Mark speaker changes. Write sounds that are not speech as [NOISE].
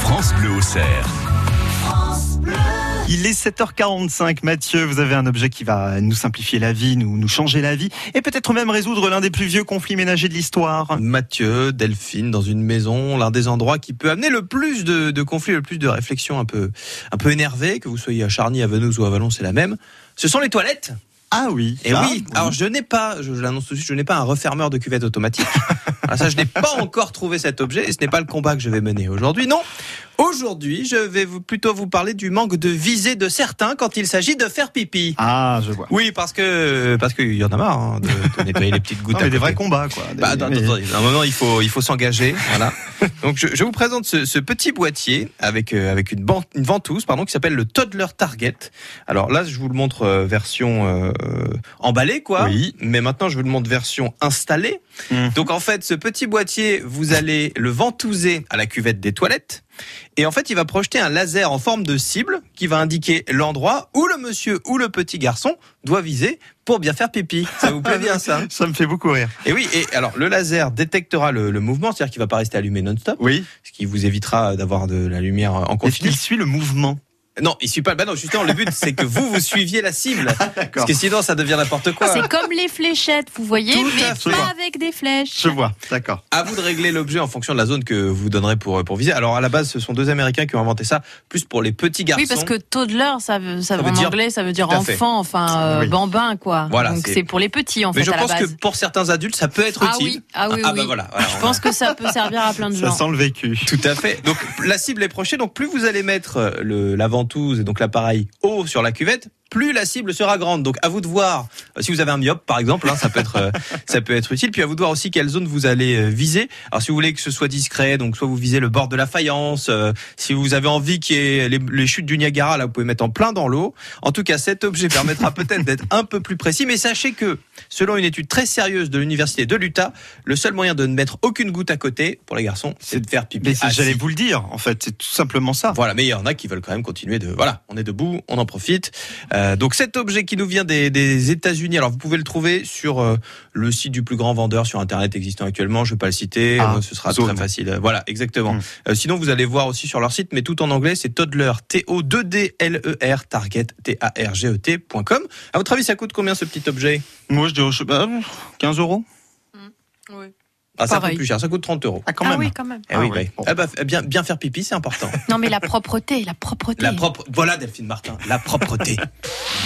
Speaker 1: France Bleu au cerf.
Speaker 2: Il est 7h45, Mathieu. Vous avez un objet qui va nous simplifier la vie, nous, nous changer la vie et peut-être même résoudre l'un des plus vieux conflits ménagers de l'histoire.
Speaker 3: Mathieu, Delphine, dans une maison, l'un des endroits qui peut amener le plus de, de conflits, le plus de réflexions un peu, un peu énervées, que vous soyez à Charny, à Venise ou à Vallon, c'est la même. Ce sont les toilettes.
Speaker 2: Ah oui.
Speaker 3: Et
Speaker 2: ça,
Speaker 3: oui, alors je n'ai pas, je, je l'annonce tout de suite, je n'ai pas un refermeur de cuvette automatique. [LAUGHS] Voilà, ça, je n'ai pas encore trouvé cet objet et ce n'est pas le combat que je vais mener aujourd'hui, non. Aujourd'hui, je vais vous, plutôt vous parler du manque de visée de certains quand il s'agit de faire pipi.
Speaker 2: Ah, je vois.
Speaker 3: Oui, parce que parce qu'il y en a marre hein, de, de nettoyer les petites gouttes.
Speaker 2: Non,
Speaker 3: à
Speaker 2: mais des
Speaker 3: côté.
Speaker 2: vrais combats, quoi. Des-
Speaker 3: Bah, attends,
Speaker 2: mais-
Speaker 3: attends, attends, à un moment, il faut, il faut s'engager.
Speaker 2: [LAUGHS]
Speaker 3: Voilà. Donc, je, je vous présente ce, ce petit boîtier avec, euh, avec une, ban- une ventouse pardon, qui s'appelle le Toddler Target. Alors là, je vous le montre euh, version euh, emballée, quoi.
Speaker 2: Oui.
Speaker 3: Mais maintenant, je vous le montre version installée.
Speaker 2: Mhm.
Speaker 3: Donc, en fait, ce petit boîtier, vous allez le ventouser à la cuvette des toilettes. Et en fait, il va projeter un laser en forme de cible qui va indiquer l'endroit où le monsieur ou le petit garçon doit viser pour bien faire pipi. Ça vous plaît bien, ça
Speaker 2: [LAUGHS] Ça me fait beaucoup rire.
Speaker 3: et oui, et alors le laser détectera le, le mouvement, c'est-à-dire qu'il va pas rester allumé non-stop,
Speaker 2: Oui.
Speaker 3: ce qui vous évitera d'avoir de la lumière en
Speaker 2: Est-ce
Speaker 3: continu.
Speaker 2: qu'il suit le mouvement
Speaker 3: Non, il suit pas. Bah non, justement, le but c'est que vous vous suiviez la cible, parce
Speaker 2: D'accord.
Speaker 3: que sinon ça devient n'importe quoi.
Speaker 4: C'est comme les fléchettes, vous voyez,
Speaker 2: Tout à fait.
Speaker 4: mais pas avec des flèches.
Speaker 2: Je vois. D'accord.
Speaker 3: À vous de régler l'objet en fonction de la zone que vous donnerez pour pour viser. Alors à la base, ce sont deux Américains qui ont inventé ça, plus pour les petits garçons.
Speaker 4: Oui, parce que toddler, ça veut, ça
Speaker 3: Ça
Speaker 4: veut
Speaker 3: veut
Speaker 4: en
Speaker 3: dire-
Speaker 4: anglais, ça veut dire
Speaker 3: Tout à fait.
Speaker 4: enfant, enfin euh,
Speaker 2: Oui.
Speaker 4: bambin, quoi.
Speaker 3: Voilà,
Speaker 4: Donc
Speaker 3: c'est-
Speaker 4: c'est pour les petits, en
Speaker 3: Mais
Speaker 4: fait,
Speaker 3: je
Speaker 4: à la
Speaker 3: pense que
Speaker 4: base.
Speaker 3: pour certains adultes, ça peut être
Speaker 4: ah
Speaker 3: utile.
Speaker 4: oui, ah oui,
Speaker 3: Ah,
Speaker 4: oui.
Speaker 3: bah voilà. voilà,
Speaker 4: Je
Speaker 3: on a-
Speaker 4: pense que ça peut servir à plein de
Speaker 2: Ça
Speaker 4: gens.
Speaker 2: sent le vécu.
Speaker 3: Tout à fait. Donc la cible est projetée. Donc plus vous allez mettre euh, le, la ventouse et donc l'appareil haut sur la cuvette, plus la cible sera grande. Donc à vous de voir. euh, Si vous avez un myope par exemple, hein, ça
Speaker 2: [LAUGHS]
Speaker 3: peut être euh, ça peut être utile. Puis à vous de voir aussi quelle zone vous allez euh, viser. Alors si vous voulez que ce soit discret, donc soit vous visez le bord de la faïence. euh, si vous avez envie qu'il y ait les, les chutes du Niagara, là vous pouvez mettre en plein dans l'eau. En tout cas, cet
Speaker 2: [LAUGHS]
Speaker 3: objet permettra peut-être d'être un peu plus précis. Mais sachez que selon une étude très sérieuse de l'université de l'Utah, le seul moyen de ne mettre aucune goutte à côté pour les garçons, c'est de faire pipi.
Speaker 2: Mais c'est-
Speaker 3: assis.
Speaker 2: j'allais vous le dire, en fait, c'est tout simplement ça.
Speaker 3: Ah, Voilà, mais il y en a qui veulent quand même continuer de. Voilà, on est debout, on en profite. Euh, donc cet objet qui nous vient des, des États-Unis, alors vous pouvez le trouver sur euh, le site du plus grand vendeur sur Internet existant actuellement. Je ne vais pas le citer,
Speaker 2: Ah,
Speaker 3: euh, ce sera
Speaker 2: Zone.
Speaker 3: très facile. Euh, Voilà, exactement.
Speaker 2: Mm.
Speaker 3: Euh, sinon, vous allez voir aussi sur leur site, mais tout en anglais, c'est toddler, T-O-D-D-L-E-R, E target, E T-A-R-G-E-T.com. À votre avis, ça coûte combien ce petit objet
Speaker 2: Moi, je dirais, je sais pas, 15 euros
Speaker 3: Ah, ça
Speaker 4: Pareil.
Speaker 3: coûte plus cher, ça coûte 30 euros.
Speaker 2: Ah, quand
Speaker 4: Ah
Speaker 2: même.
Speaker 4: oui, quand même.
Speaker 3: Eh
Speaker 2: Ah
Speaker 3: oui,
Speaker 2: oui,
Speaker 3: ouais.
Speaker 2: bon.
Speaker 3: Ah bah, bien, bien faire
Speaker 2: [LAUGHS]
Speaker 3: pipi, c'est important.
Speaker 4: Non, mais la propreté, la propreté.
Speaker 3: La propre. Voilà, Delphine Martin, la propreté.